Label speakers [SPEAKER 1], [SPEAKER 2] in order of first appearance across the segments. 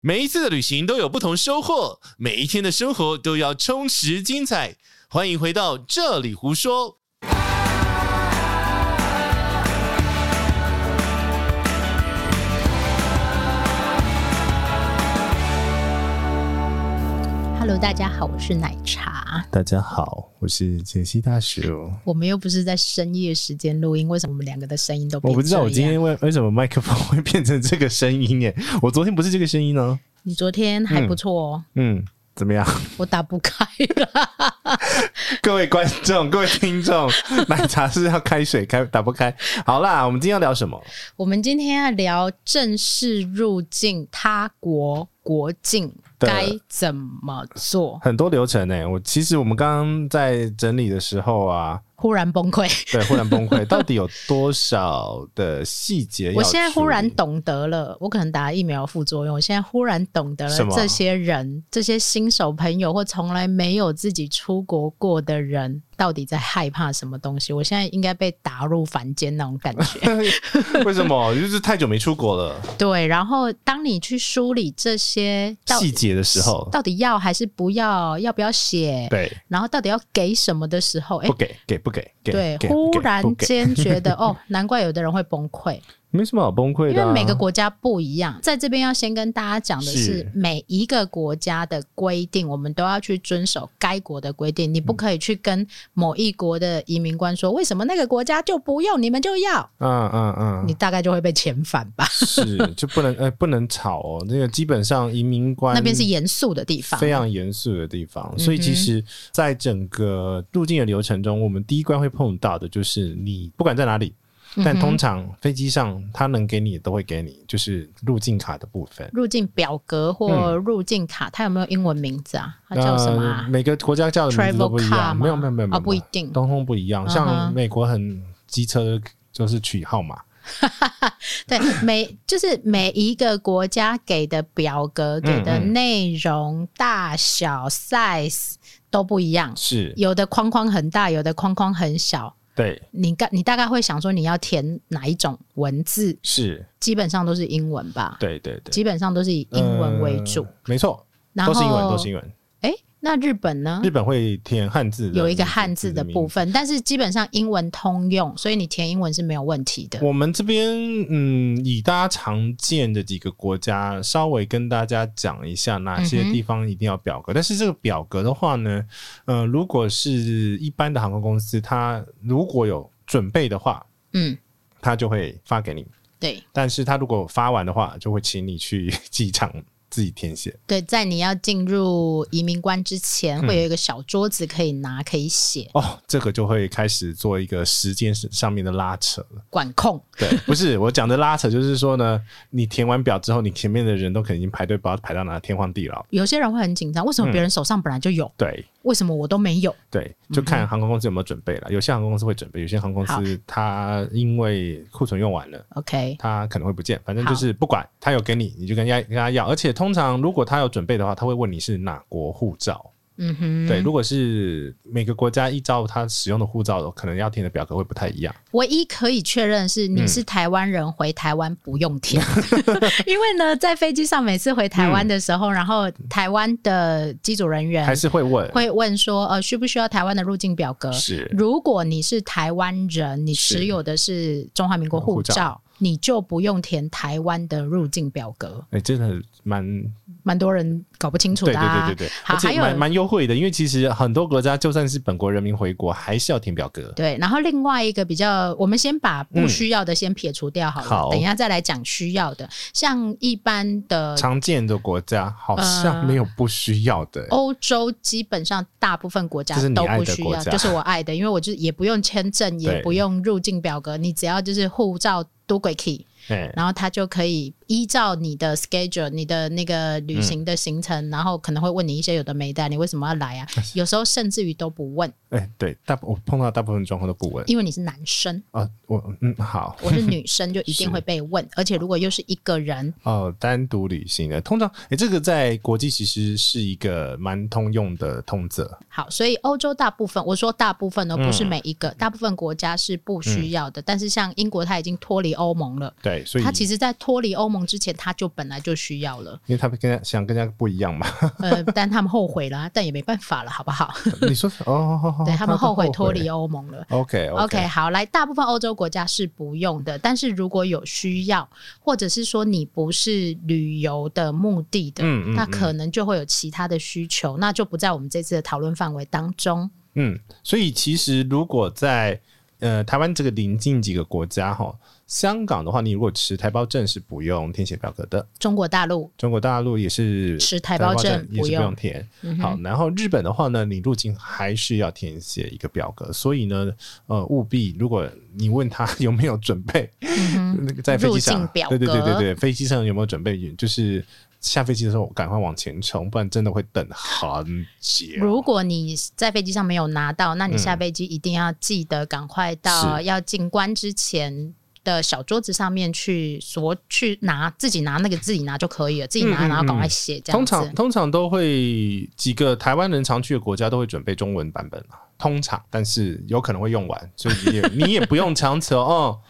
[SPEAKER 1] 每一次的旅行都有不同收获，每一天的生活都要充实精彩。欢迎回到这里胡说。
[SPEAKER 2] Hello，大家好，我是奶茶。
[SPEAKER 1] 大家好，我是杰西大哦叔。
[SPEAKER 2] 我们又不是在深夜时间录音，为什么我们两个的声音都变
[SPEAKER 1] 我不知道
[SPEAKER 2] 这
[SPEAKER 1] 我今
[SPEAKER 2] 样
[SPEAKER 1] 天为为什么麦克风会变成这个声音耶？我昨天不是这个声音哦呢、
[SPEAKER 2] 你昨天还不错哦，
[SPEAKER 1] 嗯，怎么样？
[SPEAKER 2] 我打不开了。
[SPEAKER 1] 各位观众、各位听众， 奶茶是要开水开打不开？好啦，我们今天要聊什么？
[SPEAKER 2] 我们今天要聊正式入境他国国境
[SPEAKER 1] 对
[SPEAKER 2] 该怎么做，
[SPEAKER 1] 很多流程呢、我其实我们刚刚在整理的时候啊，
[SPEAKER 2] 忽然崩溃。
[SPEAKER 1] 对，忽然崩溃，到底有多少的细节要处理？
[SPEAKER 2] 我现在忽然懂得了，我可能打疫苗副作用，我现在忽然懂得
[SPEAKER 1] 什
[SPEAKER 2] 了
[SPEAKER 1] 么
[SPEAKER 2] 这些人、这些新手朋友或从来没有自己出国过的人到底在害怕什么东西。我现在应该被打入凡间那种感 觉。
[SPEAKER 1] 为什么？就是太久没出国了，
[SPEAKER 2] 对，然后当你去梳理这些到
[SPEAKER 1] 细节的时候，
[SPEAKER 2] 到底要还是不要，要不要写，
[SPEAKER 1] 对，
[SPEAKER 2] 然后到底要给什么的时候，哎
[SPEAKER 1] 不。给，给不给，给
[SPEAKER 2] 对，
[SPEAKER 1] 给
[SPEAKER 2] 忽
[SPEAKER 1] 不给不
[SPEAKER 2] 然
[SPEAKER 1] 给
[SPEAKER 2] 间觉得哦，难怪有的人会崩溃，
[SPEAKER 1] 没什么好崩溃
[SPEAKER 2] 因
[SPEAKER 1] 的啊、
[SPEAKER 2] 为每个国家不一样，在这边要先跟大家讲的是
[SPEAKER 1] 是，
[SPEAKER 2] 每一个国家的规定，我们都要去遵守该国的规定。你
[SPEAKER 1] 嗯
[SPEAKER 2] 不可以去跟某一国的移民官说，为什么那个国家就不用，你们就要，
[SPEAKER 1] 嗯嗯
[SPEAKER 2] 你
[SPEAKER 1] 嗯，
[SPEAKER 2] 大概就会被遣返吧。
[SPEAKER 1] 是就不能呃不能吵哦，那个基本上移民官
[SPEAKER 2] 那边是严肃的地方，嗯
[SPEAKER 1] 非常严肃的地方，所以其实，在整个入境的流程中，我们第一关会碰到的就是你不管在哪里，
[SPEAKER 2] 嗯
[SPEAKER 1] 但通常飞机上他能给你的都会给你，就是入境卡的部分。
[SPEAKER 2] 入境表格或入境卡，它有没有英文名字啊？它叫什么
[SPEAKER 1] 嗯呃
[SPEAKER 2] 啊？
[SPEAKER 1] 每个国家叫的名字都不
[SPEAKER 2] Travel
[SPEAKER 1] 一
[SPEAKER 2] card
[SPEAKER 1] 样，
[SPEAKER 2] 吗
[SPEAKER 1] 没有没有没有没有
[SPEAKER 2] 啊不一定
[SPEAKER 1] 通通不一样。
[SPEAKER 2] 嗯哼
[SPEAKER 1] 像美国很机车就是取号码，
[SPEAKER 2] 对，每就是每一个国家给的表格、给的
[SPEAKER 1] 嗯
[SPEAKER 2] 内容、大小、size 都不一样，
[SPEAKER 1] 是
[SPEAKER 2] 有的框框很大，有的框框很小。
[SPEAKER 1] 对
[SPEAKER 2] 你大你大概会想说你要填哪一种文字，
[SPEAKER 1] 是，
[SPEAKER 2] 基本上都是英文吧？
[SPEAKER 1] 对对对，
[SPEAKER 2] 基本上都是以英文为主。
[SPEAKER 1] 呃没错，
[SPEAKER 2] 然后
[SPEAKER 1] 都是英文，都是英文。
[SPEAKER 2] 哎，那日本呢？
[SPEAKER 1] 日本会填汉字的，
[SPEAKER 2] 有一个汉字的部
[SPEAKER 1] 分。
[SPEAKER 2] 分，但是基本上英文通用，所以你填英文是没有问题的。
[SPEAKER 1] 我们这边，嗯，以大家常见的几个国家，稍微跟大家讲一下哪些
[SPEAKER 2] 嗯哼
[SPEAKER 1] 地方一定要表格。但是这个表格的话呢，呃，如果是一般的航空公司，它如果有准备的话，
[SPEAKER 2] 嗯，
[SPEAKER 1] 它就会发给你；
[SPEAKER 2] 对
[SPEAKER 1] 但是它如果发完的话，就会请你去机场自己填写。
[SPEAKER 2] 对，在你要进入移民关之前，
[SPEAKER 1] 嗯
[SPEAKER 2] 会有一个小桌子可以拿，可以写
[SPEAKER 1] 哦，这个就会开始做一个时间上面的拉扯了。
[SPEAKER 2] 管控。
[SPEAKER 1] 对，不是我讲的拉扯，就是说呢，你填完表之后，你前面的人都可能已经排队，不知道排到哪天荒地老。
[SPEAKER 2] 有些人会很紧张，为什么别人
[SPEAKER 1] 嗯
[SPEAKER 2] 手上本来就有，
[SPEAKER 1] 对，
[SPEAKER 2] 为什么我都没有？
[SPEAKER 1] 对，就看航空公司有没有准备了。有些航空公司会准备，有些航空公司它因为库存用完了。
[SPEAKER 2] OK，
[SPEAKER 1] 它可能会不见，反正
[SPEAKER 2] 好
[SPEAKER 1] 就是不管他有给你，你就跟人家跟他要。而且通常如果他有准备的话，他会问你是哪国护照。
[SPEAKER 2] 嗯哼，
[SPEAKER 1] 对，如果是每个国家依照他使用的护照，可能要填的表格会不太一样。
[SPEAKER 2] 唯一可以确认的是
[SPEAKER 1] 嗯
[SPEAKER 2] 你是台湾人，回台湾不用填， 因为呢，在飞机上每次回台湾的时候，然后台湾的机组人员
[SPEAKER 1] 嗯还是会问，
[SPEAKER 2] 会问说，呃，需不需要台湾的入境表格？
[SPEAKER 1] 是
[SPEAKER 2] 如果你是台湾人，你
[SPEAKER 1] 是
[SPEAKER 2] 持有的是中华民国
[SPEAKER 1] 嗯护
[SPEAKER 2] 护
[SPEAKER 1] 照
[SPEAKER 2] 照，你就不用填台湾的入境表格。
[SPEAKER 1] 哎、真的蛮
[SPEAKER 2] 蛮多人搞不清楚
[SPEAKER 1] 对
[SPEAKER 2] 的、
[SPEAKER 1] 对对
[SPEAKER 2] 啊。
[SPEAKER 1] 对对，
[SPEAKER 2] 好
[SPEAKER 1] 而且
[SPEAKER 2] 还有
[SPEAKER 1] 蛮蛮优惠的，因为其实很多国家就算是本国人民回国，还是要填表格。
[SPEAKER 2] 对，然后另外一个比较，我们先把不需要的先撇除掉好了，
[SPEAKER 1] 嗯好
[SPEAKER 2] 等一下再来讲需要的。像一般的
[SPEAKER 1] 常见的国家好
[SPEAKER 2] 呃
[SPEAKER 1] 像没有不需要的、
[SPEAKER 2] 欧洲基本上大部分国家
[SPEAKER 1] 这是你
[SPEAKER 2] 都
[SPEAKER 1] 爱
[SPEAKER 2] 不
[SPEAKER 1] 的
[SPEAKER 2] 需
[SPEAKER 1] 国
[SPEAKER 2] 要，
[SPEAKER 1] 家
[SPEAKER 2] 就是我爱的，因为我就也不用签证，也
[SPEAKER 1] 对
[SPEAKER 2] 不用入境表格，你只要就是护照都鬼 key，
[SPEAKER 1] 哎
[SPEAKER 2] 然后它就可以依照你的 schedule、你的那个旅行的行程，然后可能会问你一些有的没的，你为什么要来啊？有时候甚至于都不问，
[SPEAKER 1] 哎、对，大部我碰到大部分状况都不问
[SPEAKER 2] 因为你是男生，
[SPEAKER 1] 啊。我嗯好
[SPEAKER 2] 我 是女生就一定会被问，而且如果又是一个人，
[SPEAKER 1] 哦，单独旅行的通常哎、这个在国际其实是一个蛮通用的通则。
[SPEAKER 2] 好，所以欧洲大部分，我说大部分哦，不是每一个，大部分嗯国家是不需要的。但是像英国，它已经脱离欧盟了，
[SPEAKER 1] 对，所以
[SPEAKER 2] 它其实在脱离欧盟盟之前，他就本来就需要了。
[SPEAKER 1] 因为他们跟想跟人家不一样嘛。
[SPEAKER 2] 呃， 但他们后悔啦，但也没办法了，好不好？
[SPEAKER 1] 你说哦，好好
[SPEAKER 2] 对他们后悔脱离。欧盟了。
[SPEAKER 1] OK
[SPEAKER 2] OK，好，来，大部分欧洲国家是不用的，但是如果有需要，或者是说你不是旅游的目的的，
[SPEAKER 1] 嗯嗯
[SPEAKER 2] 那
[SPEAKER 1] 嗯
[SPEAKER 2] 可能就会有其他的需求，那就不在我们这次的讨论范围当中。
[SPEAKER 1] 嗯，所以其实如果在呃台湾这个邻近几个国家哈，香港的话，你如果持台胞证是不用填写表格的，
[SPEAKER 2] 中国大陆
[SPEAKER 1] 中国大陆也是
[SPEAKER 2] 持台胞证
[SPEAKER 1] 也
[SPEAKER 2] 不
[SPEAKER 1] 是不用
[SPEAKER 2] 用，嗯
[SPEAKER 1] 填。好，然后日本的话呢，你入境还是要填写一个表格，所以呢，呃，务必如果你问他 有没有准备， 那个在飞机
[SPEAKER 2] 嗯入
[SPEAKER 1] 上
[SPEAKER 2] 境，表格
[SPEAKER 1] 对对对对对，飞机上有没有准备，就是下飞机的时候赶快往前冲，不然真的会等很久。
[SPEAKER 2] 如果你在飞机上没有拿到，那你下飞机一定要记得赶快到
[SPEAKER 1] 嗯是
[SPEAKER 2] 要进关之前。的小桌子上面去索去拿，自己拿那个自己拿就可以了，自己拿
[SPEAKER 1] 嗯嗯
[SPEAKER 2] 然后赶快
[SPEAKER 1] 嗯
[SPEAKER 2] 写这样
[SPEAKER 1] 通
[SPEAKER 2] 子。
[SPEAKER 1] 常通常都会几个台湾人常去的国家都会准备中文版本啊，通常，但是有可能会用完，所以你也你也不用强求哦。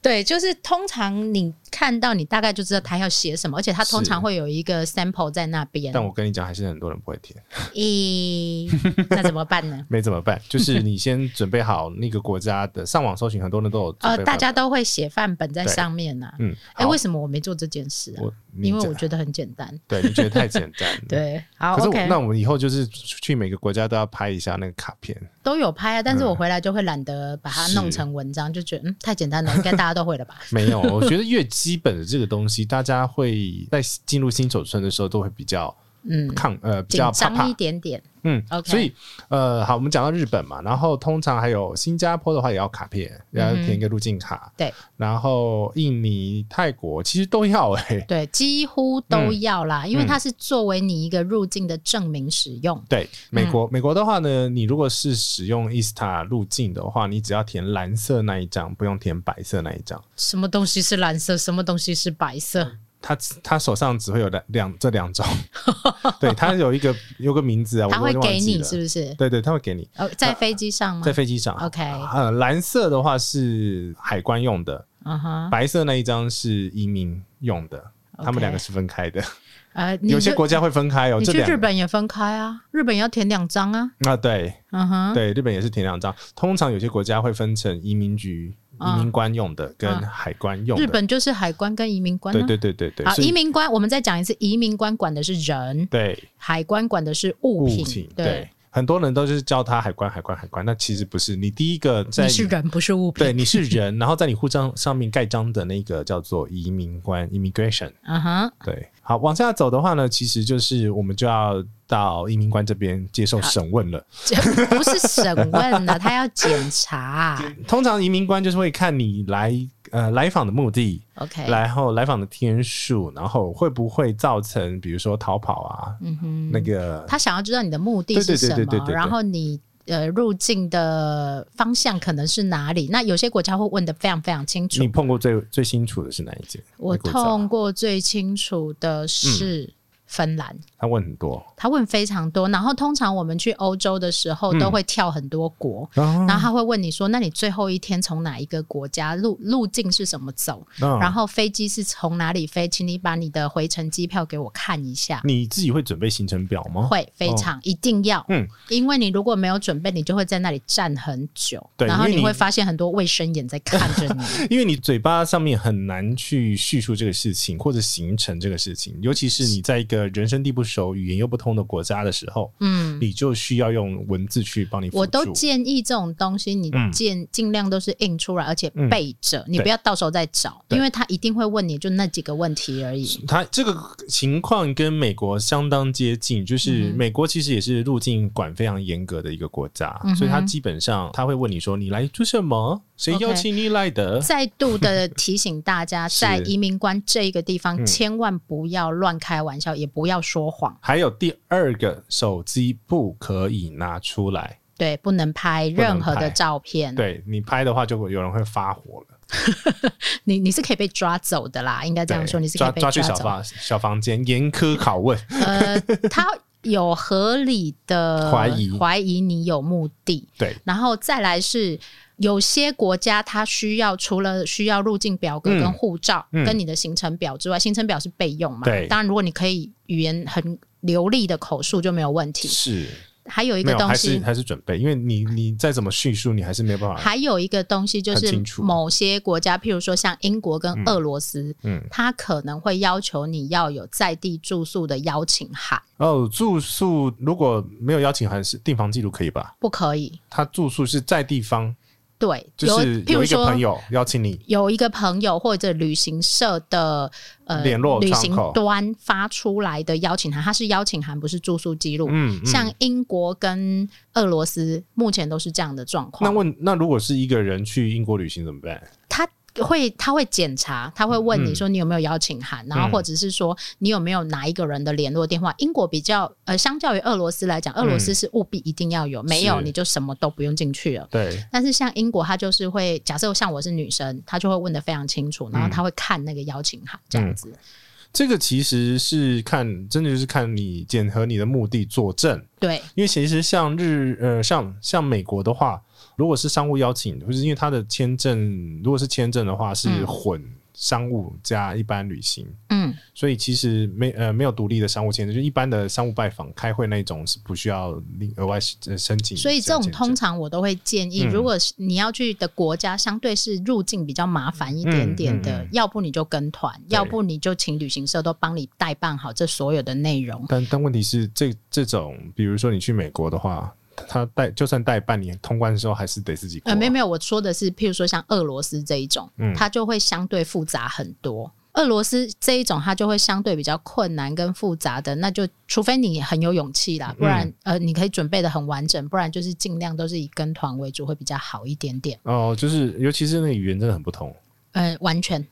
[SPEAKER 2] 对，就是通常你看到你大概就知道他要写什么，而且他通常
[SPEAKER 1] 是
[SPEAKER 2] 会有一个 sample 在那边。
[SPEAKER 1] 但我跟你讲，还是很多人不会填。
[SPEAKER 2] 咦，那怎么 办呢？
[SPEAKER 1] 没怎么办？ 就是你先准备好那个国家的上网搜寻，很多人都有准
[SPEAKER 2] 呃，
[SPEAKER 1] 备
[SPEAKER 2] 大
[SPEAKER 1] 范
[SPEAKER 2] 家都会写范本在
[SPEAKER 1] 对
[SPEAKER 2] 上面呐、啊。
[SPEAKER 1] 嗯，
[SPEAKER 2] 哎、
[SPEAKER 1] 好
[SPEAKER 2] 为什么我没做这件事啊？
[SPEAKER 1] 我你
[SPEAKER 2] 因为
[SPEAKER 1] 讲
[SPEAKER 2] 我觉得很简单。。。
[SPEAKER 1] 对你觉得太简单了
[SPEAKER 2] 对，好
[SPEAKER 1] 可是我
[SPEAKER 2] ，OK，
[SPEAKER 1] 那我们以后就是去每个国家都要拍一下那个卡片，
[SPEAKER 2] 都有拍啊，但是
[SPEAKER 1] 嗯
[SPEAKER 2] 我回来就会懒得把它
[SPEAKER 1] 是
[SPEAKER 2] 弄成文章，就觉得嗯太简单了，应该大家都会了吧？
[SPEAKER 1] 没有？我觉得越基本的这个东西，大家会在进入新手村的时候都会比较
[SPEAKER 2] 嗯，
[SPEAKER 1] 抗呃比
[SPEAKER 2] 紧
[SPEAKER 1] 较怕
[SPEAKER 2] 张
[SPEAKER 1] 怕
[SPEAKER 2] 一，点点。
[SPEAKER 1] 嗯
[SPEAKER 2] OK
[SPEAKER 1] 所以呃好，我们讲到日本嘛，然后通常还有新加坡的话也要卡片，要填一个入境卡，
[SPEAKER 2] 嗯对，
[SPEAKER 1] 然后印尼、泰国其实都要哎、欸
[SPEAKER 2] 对，几乎都要啦，因为
[SPEAKER 1] 嗯
[SPEAKER 2] 它是作为你一个入境的证明使用。
[SPEAKER 1] 对，美国、美国的话呢，你如果是使用 ISTA 入境的话，你只要填蓝色那一张，不用填白色那一张。
[SPEAKER 2] 什么东西是蓝色，什么东西是白色？
[SPEAKER 1] 他他手上只会有两两这 两种，对他有一个有个名字啊，我
[SPEAKER 2] 他会
[SPEAKER 1] 都忘
[SPEAKER 2] 给
[SPEAKER 1] 记
[SPEAKER 2] 你
[SPEAKER 1] 了
[SPEAKER 2] 是不是？
[SPEAKER 1] 对对，他会给你
[SPEAKER 2] 哦，在飞机上吗
[SPEAKER 1] 在？飞机上。
[SPEAKER 2] OK
[SPEAKER 1] 呃，蓝色的话是海关用的，
[SPEAKER 2] 嗯哼，
[SPEAKER 1] 白色那一张是移民用的，他们两个是分开的。
[SPEAKER 2] 呃， 你
[SPEAKER 1] 有些
[SPEAKER 2] 就
[SPEAKER 1] 国家会分开哦，
[SPEAKER 2] 你
[SPEAKER 1] 这
[SPEAKER 2] 去
[SPEAKER 1] 两
[SPEAKER 2] 日
[SPEAKER 1] 个
[SPEAKER 2] 本也分开啊，日本也要填两张啊。
[SPEAKER 1] 啊，对，
[SPEAKER 2] 嗯哼，
[SPEAKER 1] 对，日本也是填两张。通常有些国家会分成移民局、
[SPEAKER 2] 嗯
[SPEAKER 1] 移民官用的跟
[SPEAKER 2] 嗯
[SPEAKER 1] 海关用的。
[SPEAKER 2] 日本就是海关跟移民官、啊。
[SPEAKER 1] 对对对对对，
[SPEAKER 2] 好，
[SPEAKER 1] 所以
[SPEAKER 2] 移民官，我们再讲一次，移民官管的是人，
[SPEAKER 1] 对
[SPEAKER 2] 海关管的是物
[SPEAKER 1] 物
[SPEAKER 2] 品。
[SPEAKER 1] 品
[SPEAKER 2] 对
[SPEAKER 1] 对，，很多人都是叫他海关海关海关，那其实不是。你第一个在
[SPEAKER 2] 你是人不是物品。
[SPEAKER 1] 对你是人，然后在你护照上面盖章的那个叫做移民官 （immigration）。
[SPEAKER 2] 嗯哼，
[SPEAKER 1] 对，好，往下走的话呢，其实就是我们就要到移民官这边接受审问了。
[SPEAKER 2] 这 不是审问的，他要检查。
[SPEAKER 1] 通常移民官就是会看你来呃来访的目的，
[SPEAKER 2] OK，
[SPEAKER 1] 然后来访的天数，然后会不会造成比如说逃跑啊，
[SPEAKER 2] 嗯哼，
[SPEAKER 1] 那个
[SPEAKER 2] 他想要知道你的目的
[SPEAKER 1] 对
[SPEAKER 2] 是
[SPEAKER 1] 对
[SPEAKER 2] 什
[SPEAKER 1] 对对对对
[SPEAKER 2] 么，
[SPEAKER 1] 对
[SPEAKER 2] 然后你呃入境的方向可能是哪里。那有些国家会问的非常非常清楚
[SPEAKER 1] 你。碰过最最清楚的是哪一件？
[SPEAKER 2] 我
[SPEAKER 1] 那个国家嗯
[SPEAKER 2] 痛过最清楚的是芬兰。
[SPEAKER 1] 他问很多，
[SPEAKER 2] 他问非常多，然后通常我们去欧洲的时候
[SPEAKER 1] 嗯
[SPEAKER 2] 都会跳很多国，
[SPEAKER 1] 然
[SPEAKER 2] 然后他会问你说：“那你最后一天从哪一个国家路路径是什么走？ 然
[SPEAKER 1] 然
[SPEAKER 2] 后飞机是从哪里飞？请你把你的回程机票给我看一下。”
[SPEAKER 1] 你自己会准备行程表吗？
[SPEAKER 2] 会非常、一定要，
[SPEAKER 1] 哦嗯
[SPEAKER 2] 因为你如果没有准备，你就会在那里站很久，
[SPEAKER 1] 对
[SPEAKER 2] 然后
[SPEAKER 1] 因为
[SPEAKER 2] 你
[SPEAKER 1] 你
[SPEAKER 2] 会发现很多卫生眼在看着你。
[SPEAKER 1] 因为你嘴巴上面很难去叙述这个事情或者形成这个事情，尤其是你在一个人生地不熟、语言又不通的国家的时候，
[SPEAKER 2] 嗯，
[SPEAKER 1] 你就需要用文字去帮你辅助。
[SPEAKER 2] 我都建议这种东西，你
[SPEAKER 1] 嗯
[SPEAKER 2] 尽尽量都是印出来，而且
[SPEAKER 1] 嗯
[SPEAKER 2] 背着，你
[SPEAKER 1] 对
[SPEAKER 2] 不要到时候再找，
[SPEAKER 1] 对
[SPEAKER 2] 因为他一定会问你就那几个问题而已。
[SPEAKER 1] 它这个情况跟美国相当接近，就是
[SPEAKER 2] 嗯
[SPEAKER 1] 美国其实也是入境管非常严格的一个国家，
[SPEAKER 2] 嗯哼
[SPEAKER 1] 所以它基本上他会问你说你来做什么，谁
[SPEAKER 2] OK
[SPEAKER 1] 邀请你来的
[SPEAKER 2] 再度的提醒大 家，
[SPEAKER 1] 是
[SPEAKER 2] 在移民官这一个地方，
[SPEAKER 1] 嗯
[SPEAKER 2] 千万不要乱开玩笑，也不要说谎。
[SPEAKER 1] 还有第二个，手机不可以拿出来，
[SPEAKER 2] 对，不能拍
[SPEAKER 1] 不能
[SPEAKER 2] 任何的
[SPEAKER 1] 拍
[SPEAKER 2] 照片。
[SPEAKER 1] 对你拍的话就会有人会发火了。
[SPEAKER 2] 你你是可以被抓走的啦，应该这样
[SPEAKER 1] 对
[SPEAKER 2] 说，你是可以
[SPEAKER 1] 抓
[SPEAKER 2] 被
[SPEAKER 1] 抓去小
[SPEAKER 2] 走的。
[SPEAKER 1] 房小房间严苛拷问，
[SPEAKER 2] 呃，他有合理的
[SPEAKER 1] 怀疑
[SPEAKER 2] 怀疑你有目的，
[SPEAKER 1] 对，
[SPEAKER 2] 然后再来是有些国家它需要除了需要入境表格
[SPEAKER 1] 嗯
[SPEAKER 2] 跟护照、
[SPEAKER 1] 嗯
[SPEAKER 2] 跟你的行程表之外，行程表是备用嘛？
[SPEAKER 1] 对
[SPEAKER 2] 当然，如果你可以语言很流利的口述就没有问题。
[SPEAKER 1] 是
[SPEAKER 2] 还有一
[SPEAKER 1] 没
[SPEAKER 2] 个
[SPEAKER 1] 有，
[SPEAKER 2] 东
[SPEAKER 1] 还是
[SPEAKER 2] 西，
[SPEAKER 1] 还是准备，因为你你再怎么叙述，你还是没有办法。
[SPEAKER 2] 还有一个东西就
[SPEAKER 1] 很
[SPEAKER 2] 是
[SPEAKER 1] 清楚
[SPEAKER 2] 某些国家，譬如说像英国跟俄罗斯，
[SPEAKER 1] 嗯，
[SPEAKER 2] 它可能会要求你要有在地住宿的邀请函，
[SPEAKER 1] 哦，住宿如果没有邀请函是订房记录可以吧？
[SPEAKER 2] 不可以。
[SPEAKER 1] 他住宿是在地方，
[SPEAKER 2] 对，
[SPEAKER 1] 就是
[SPEAKER 2] 譬
[SPEAKER 1] 有
[SPEAKER 2] 如
[SPEAKER 1] 一个
[SPEAKER 2] 说
[SPEAKER 1] 朋友邀请你，
[SPEAKER 2] 有一个朋友或者旅行社的呃
[SPEAKER 1] 联络
[SPEAKER 2] 旅
[SPEAKER 1] 窗
[SPEAKER 2] 行
[SPEAKER 1] 口
[SPEAKER 2] 端发出来的邀请函，它是邀请函，不是住宿记录。
[SPEAKER 1] 嗯，嗯
[SPEAKER 2] 像英国跟俄罗斯目前都是这样的状
[SPEAKER 1] 那
[SPEAKER 2] 况。
[SPEAKER 1] 问那如果是一个人去英国旅行怎么办？
[SPEAKER 2] 他会他会检查，他会
[SPEAKER 1] 嗯
[SPEAKER 2] 问你说你有没有邀请函，然后或者是说你有没有哪一个人的联络电话。英国比较呃，相较于俄罗斯来讲，俄罗斯是务必一定要有，没有
[SPEAKER 1] 嗯是
[SPEAKER 2] 你就什么都不用进去了。
[SPEAKER 1] 对，
[SPEAKER 2] 但是像英国，他就是会假设像我是女生，他就会问的非常清楚，
[SPEAKER 1] 嗯
[SPEAKER 2] 然后他会看那个邀请函这样子。
[SPEAKER 1] 这个其实是看，真的就是看你检核你的目的作证。
[SPEAKER 2] 对，
[SPEAKER 1] 因为其实像日呃，像像美国的话，如果是商务邀请，就是因为它的签证，如果是签证的话是
[SPEAKER 2] 嗯
[SPEAKER 1] 混商务加一般旅行，
[SPEAKER 2] 嗯，
[SPEAKER 1] 所以其实没呃没有独立的商务签证，就一般的商务拜访、开会那一种是不需要另额外呃申请。
[SPEAKER 2] 所以这种通常我都会建议，
[SPEAKER 1] 嗯
[SPEAKER 2] 如果是你要去的国家相对是入境比较麻烦一点点
[SPEAKER 1] 嗯
[SPEAKER 2] 的，
[SPEAKER 1] 嗯嗯
[SPEAKER 2] 要不你就跟团，要不你就请旅行社都帮你代办好这所有的内容。
[SPEAKER 1] 但但问题是，这这种比如说你去美国的话，他带就算带半年通关的时候，还是得自己过啊、
[SPEAKER 2] 呃，没有没有，我说的是，譬如说像俄罗斯这一种，
[SPEAKER 1] 嗯
[SPEAKER 2] 它就会相对复杂很多。俄罗斯这一种，它就会相对比较困难跟复杂的，那就除非你很有勇气啦，不然、
[SPEAKER 1] 嗯
[SPEAKER 2] 呃，你可以准备的很完整，不然就是尽量都是以跟团为主，会比较好一点点。
[SPEAKER 1] 哦，就是尤其是那个语言真的很不通，
[SPEAKER 2] 嗯、完全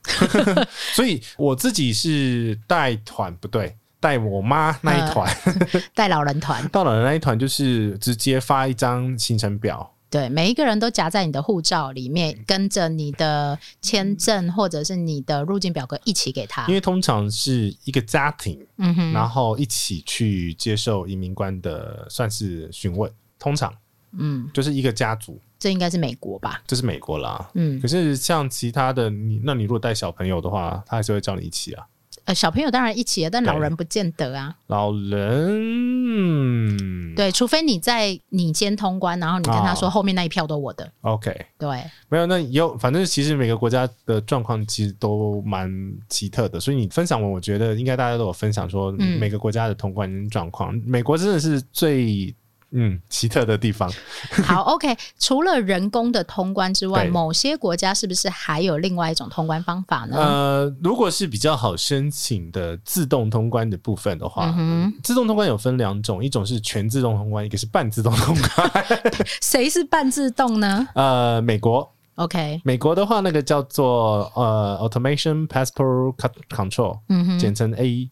[SPEAKER 1] 所以我自己是带团不对，带我妈那
[SPEAKER 2] 呃
[SPEAKER 1] 一团，
[SPEAKER 2] 带老人团，
[SPEAKER 1] 到了那一团就是直接发一张行程表，
[SPEAKER 2] 对，每一个人都夹在你的护照里面，跟着你的签证或者是你的入境表格一起给他
[SPEAKER 1] 因。为通常是一个家庭，
[SPEAKER 2] 嗯哼，
[SPEAKER 1] 然后一起去接受移民官的算是询问，通常
[SPEAKER 2] 嗯，
[SPEAKER 1] 就是一个家族，
[SPEAKER 2] 这应该是美国吧？
[SPEAKER 1] 这是美国啦。
[SPEAKER 2] 嗯，
[SPEAKER 1] 可是像其他的，你那你如果带小朋友的话，他还是会叫你一起啊。
[SPEAKER 2] 呃，小朋友当然一起，但老
[SPEAKER 1] 对
[SPEAKER 2] 人不见得啊。
[SPEAKER 1] 老人，
[SPEAKER 2] 对，除非你在你先通关，然后你跟他说
[SPEAKER 1] 哦
[SPEAKER 2] 后面那一票都我的。
[SPEAKER 1] ，OK，
[SPEAKER 2] 对，
[SPEAKER 1] 没有，那也有，反正其实每个国家的状况其实都蛮奇特的，所以你分享完，我觉得应该大家都有分享说
[SPEAKER 2] 嗯
[SPEAKER 1] 每个国家的通关状况，美国真的是最嗯奇特的地方，
[SPEAKER 2] 好，OK。除了人工的通关之外，
[SPEAKER 1] 对
[SPEAKER 2] 某些国家是不是还有另外一种通关方法呢？
[SPEAKER 1] 呃，如果是比较好申请的自动通关的部分的话
[SPEAKER 2] 嗯，哼，
[SPEAKER 1] 自动通关有分两种，一种是全自动通关，一个是半自动通关。
[SPEAKER 2] 谁是半自动呢
[SPEAKER 1] 呃，美国，
[SPEAKER 2] ？OK，
[SPEAKER 1] 美国的话，那个叫做呃 Automation Passport Control，
[SPEAKER 2] 嗯哼
[SPEAKER 1] 简称 APC。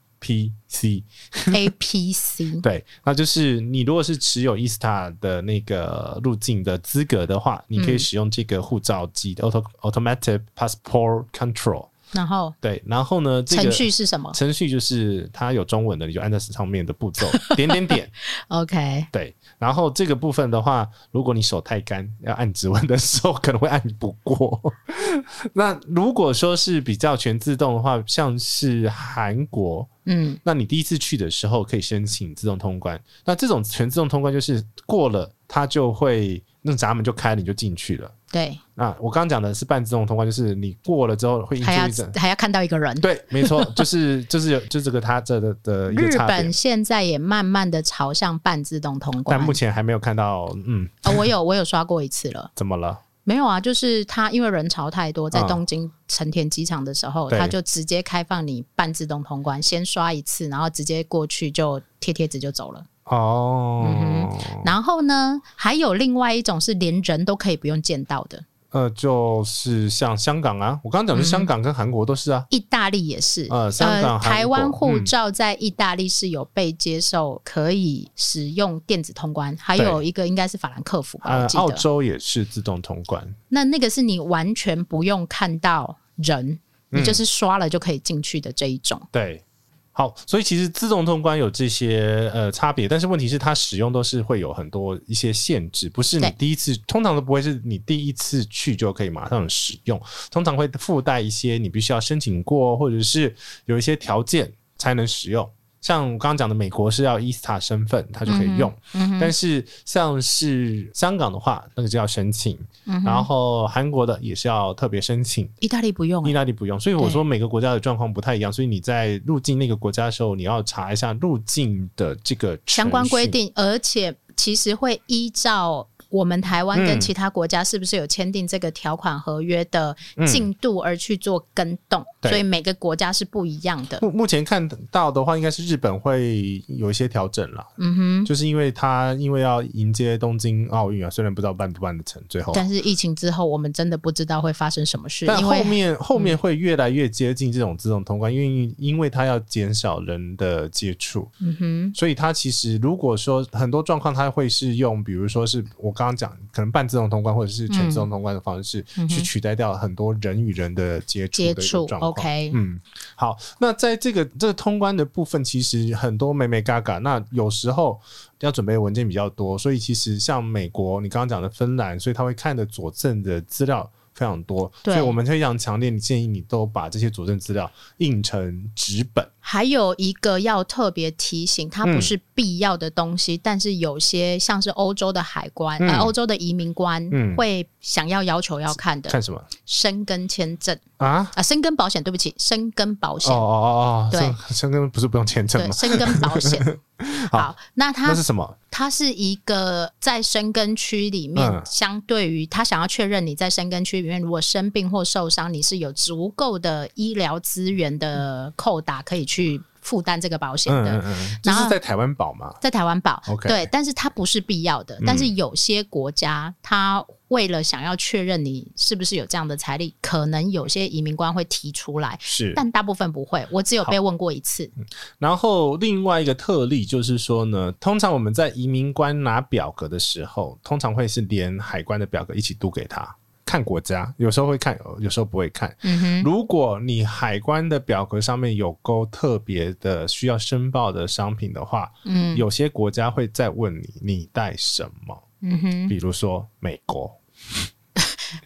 [SPEAKER 2] ，APC，
[SPEAKER 1] 对，那就是你如果是持有 E ESTA 的那个入境的资格的话，你可
[SPEAKER 2] 嗯
[SPEAKER 1] 以使用这个护照机的 Auto Automatic Passport Control。
[SPEAKER 2] 然后
[SPEAKER 1] 对，然后呢，这个
[SPEAKER 2] 程序是什么
[SPEAKER 1] 程序就是它有中文的，你就按照上面的步骤点点 点。
[SPEAKER 2] ？OK，
[SPEAKER 1] 对，然后这个部分的话，如果你手太干，要按指纹的时候 可能会按不过。 那如果说是比较全自动的话，像是韩国，
[SPEAKER 2] 嗯，
[SPEAKER 1] 那你第一次去的时候可以申请自动通关。那这种全自动通关就是过了，它就会那闸门就开了，你就进去了。
[SPEAKER 2] 对，
[SPEAKER 1] 那我刚刚讲的是半自动通关，就是你过了之后会印出
[SPEAKER 2] 还要
[SPEAKER 1] 一整。
[SPEAKER 2] 还要看到一个人。
[SPEAKER 1] 对，没 错，就是就是有就这个它这的的一个
[SPEAKER 2] 日
[SPEAKER 1] 差别
[SPEAKER 2] 本，现在也慢慢的朝向半自动通关
[SPEAKER 1] 但。目前还没有看到，嗯，
[SPEAKER 2] 哦我有我有刷过一次了。
[SPEAKER 1] 怎么了？
[SPEAKER 2] 没有啊，就是他因为人潮太多，在
[SPEAKER 1] 嗯
[SPEAKER 2] 东京成田机场的时候，
[SPEAKER 1] 对
[SPEAKER 2] 他就直接开放你半自动通关，先刷一次，然后直接过去就贴贴纸就走了。嗯
[SPEAKER 1] 哦，
[SPEAKER 2] 然后呢，还有另外一种是连人都可以不用见到的，
[SPEAKER 1] 呃，就是像香港啊，我刚刚讲的
[SPEAKER 2] 嗯
[SPEAKER 1] 是香港跟韩国都是啊，
[SPEAKER 2] 意大利也是。
[SPEAKER 1] 呃香港韩国
[SPEAKER 2] 台湾护
[SPEAKER 1] 嗯
[SPEAKER 2] 照在意大利是有被接受可以使用电子通关，还
[SPEAKER 1] 对
[SPEAKER 2] 有一个应该是法兰克福吧，
[SPEAKER 1] 呃
[SPEAKER 2] 我，记
[SPEAKER 1] 澳
[SPEAKER 2] 得。
[SPEAKER 1] 洲也是自动通关，
[SPEAKER 2] 那那个是你完全
[SPEAKER 1] 嗯
[SPEAKER 2] 不用看到人，你就是刷了就可以进去的这一种。
[SPEAKER 1] 对，好，所以其实自动通关有这些呃差别，但是问题是它使用都是会有很多一些限制，不是你
[SPEAKER 2] 对
[SPEAKER 1] 第一次，通常都不会是你第一次去就可以马上使用，通常会附带一些你必须要申请过，或者是有一些条件才能使用。像我刚刚讲的，美国是要 ESTA 身份，它就可以用。
[SPEAKER 2] 嗯哼
[SPEAKER 1] 但是像是香港的话，那个就要申请；
[SPEAKER 2] 嗯哼
[SPEAKER 1] 然后韩国的也是要特别申请。
[SPEAKER 2] 意大利不用、
[SPEAKER 1] 意
[SPEAKER 2] 欸，
[SPEAKER 1] 大利不用，所以我说每个国家的状况不太一样，所以你在入境那个国家的时候，你要查一下入境的这个程序
[SPEAKER 2] 相关规。定，而且其实会依照。我们台湾跟
[SPEAKER 1] 嗯
[SPEAKER 2] 其他国家是不是有签订这个条款合约的进度而去做跟动？
[SPEAKER 1] 嗯对
[SPEAKER 2] 所以每个国家是不一样的。
[SPEAKER 1] 目目前看到的话，应该是日本会有一些调整啦，
[SPEAKER 2] 嗯哼，
[SPEAKER 1] 就是因为它因为要迎接东京奥运啊，虽然不知道办不办得成，最后。
[SPEAKER 2] 但是疫情之后，我们真的不知道会发生什么事，
[SPEAKER 1] 但
[SPEAKER 2] 因
[SPEAKER 1] 后
[SPEAKER 2] 为嗯
[SPEAKER 1] 面后面会越来越接近这种自动通关，因为因为它要减少人的接触，
[SPEAKER 2] 嗯哼，
[SPEAKER 1] 所以它其实如果说很多状况，它会是用，比如说是我刚刚讲，可能半自动通关或者是全自动通关的方式，
[SPEAKER 2] 嗯哼
[SPEAKER 1] 去取代掉很多人与人的接触的
[SPEAKER 2] 接
[SPEAKER 1] 一个
[SPEAKER 2] 触
[SPEAKER 1] 状况。
[SPEAKER 2] ，OK，
[SPEAKER 1] 嗯，好，那在这个这个通关的部分，其实很多美美嘎嘎，那有时候要准备的文件比较多，所以其实像美国，你刚刚讲的芬兰，所以他会看的佐证的资料。非常多，
[SPEAKER 2] 对
[SPEAKER 1] 所以我们非常强烈你建议你都把这些佐证资料印成纸本，
[SPEAKER 2] 还有一个要特别提醒，它
[SPEAKER 1] 嗯
[SPEAKER 2] 不是必要的东西，但是有些像是欧洲的海关、
[SPEAKER 1] 嗯
[SPEAKER 2] 呃，欧洲的移民官、
[SPEAKER 1] 嗯
[SPEAKER 2] 会想要要求要看的
[SPEAKER 1] 看什么
[SPEAKER 2] 生根签证
[SPEAKER 1] 啊？
[SPEAKER 2] 啊，生根保险，对不起，生根保
[SPEAKER 1] 哦
[SPEAKER 2] 险，
[SPEAKER 1] 哦哦哦，
[SPEAKER 2] 对
[SPEAKER 1] 生生根不是不用签证
[SPEAKER 2] 对，
[SPEAKER 1] 吗？
[SPEAKER 2] 生根保险。
[SPEAKER 1] 好
[SPEAKER 2] 好，那它
[SPEAKER 1] 那是什么？
[SPEAKER 2] 它是一个在生根区里面，
[SPEAKER 1] 嗯
[SPEAKER 2] 相对于他想要确认你在生根区里面，如果生病或受伤，你是有足够的医疗资源的扣打可以去负担这个保险
[SPEAKER 1] 嗯
[SPEAKER 2] 的。
[SPEAKER 1] 嗯嗯，就
[SPEAKER 2] 然
[SPEAKER 1] 是
[SPEAKER 2] 后
[SPEAKER 1] 在台湾保嘛。
[SPEAKER 2] 在台湾保
[SPEAKER 1] OK 嗯
[SPEAKER 2] 对，但是它不是必要的。但是有些国家，它为了想要确认你是不是有这样的财力，可能有些移民官会提出来，
[SPEAKER 1] 是，
[SPEAKER 2] 但大部分不会。我只有被问过一次，
[SPEAKER 1] 然后另外一个特例就是说呢，通常我们在移民官拿表格的时候，通常会是连海关的表格一起读给他，看国家，有时候会看，有时候不会看。
[SPEAKER 2] 嗯哼，
[SPEAKER 1] 如果你海关的表格上面有勾特别的需要申报的商品的话，
[SPEAKER 2] 嗯
[SPEAKER 1] 有些国家会再问你你带什么，
[SPEAKER 2] 嗯哼。
[SPEAKER 1] 比如说美国，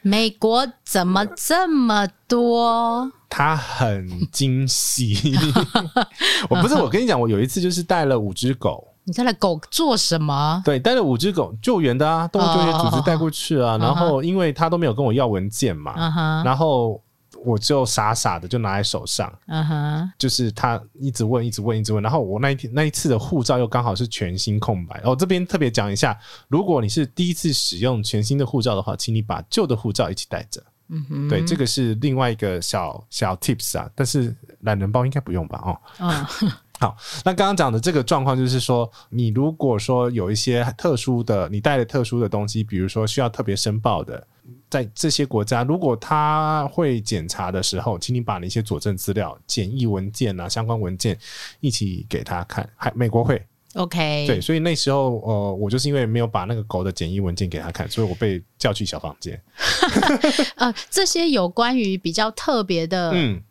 [SPEAKER 2] 美国怎么这么多？
[SPEAKER 1] 他很惊 喜。我不是，我跟你讲，我有一次就是带了五只狗，
[SPEAKER 2] 你带了狗做什么？
[SPEAKER 1] 对，带了五只狗救援的啊，动物救援组织带过去啊。
[SPEAKER 2] 哦
[SPEAKER 1] 然后因为他都没有跟我要文件嘛，
[SPEAKER 2] 嗯哼，
[SPEAKER 1] 然后我就傻傻的就拿在手上，
[SPEAKER 2] 嗯哼，
[SPEAKER 1] 就是他一直问，一直问，一直问。然后我那一天那一次的护照又刚好是全新空白。哦，这边特别讲一下，如果你是第一次使用全新的护照的话，请你把旧的护照一起带着。
[SPEAKER 2] 嗯哼，
[SPEAKER 1] 对，这个是另外一个小小 tips 啊，但是懒人包应该不用吧？哦，
[SPEAKER 2] 嗯
[SPEAKER 1] 好，那刚刚讲的这个状况就是说，你如果说有一些特殊的，你带了特殊的东西，比如说需要特别申报的，在这些国家，如果他会检查的时候，请你把那些佐证资料、简易文件啊、相关文件一起给他看。还美国会
[SPEAKER 2] ，OK，
[SPEAKER 1] 对，所以那时候呃，我就是因为没有把那个狗的简易文件给他看，所以我被叫去小房间。
[SPEAKER 2] 呃，这些有关于比较特别的
[SPEAKER 1] 嗯，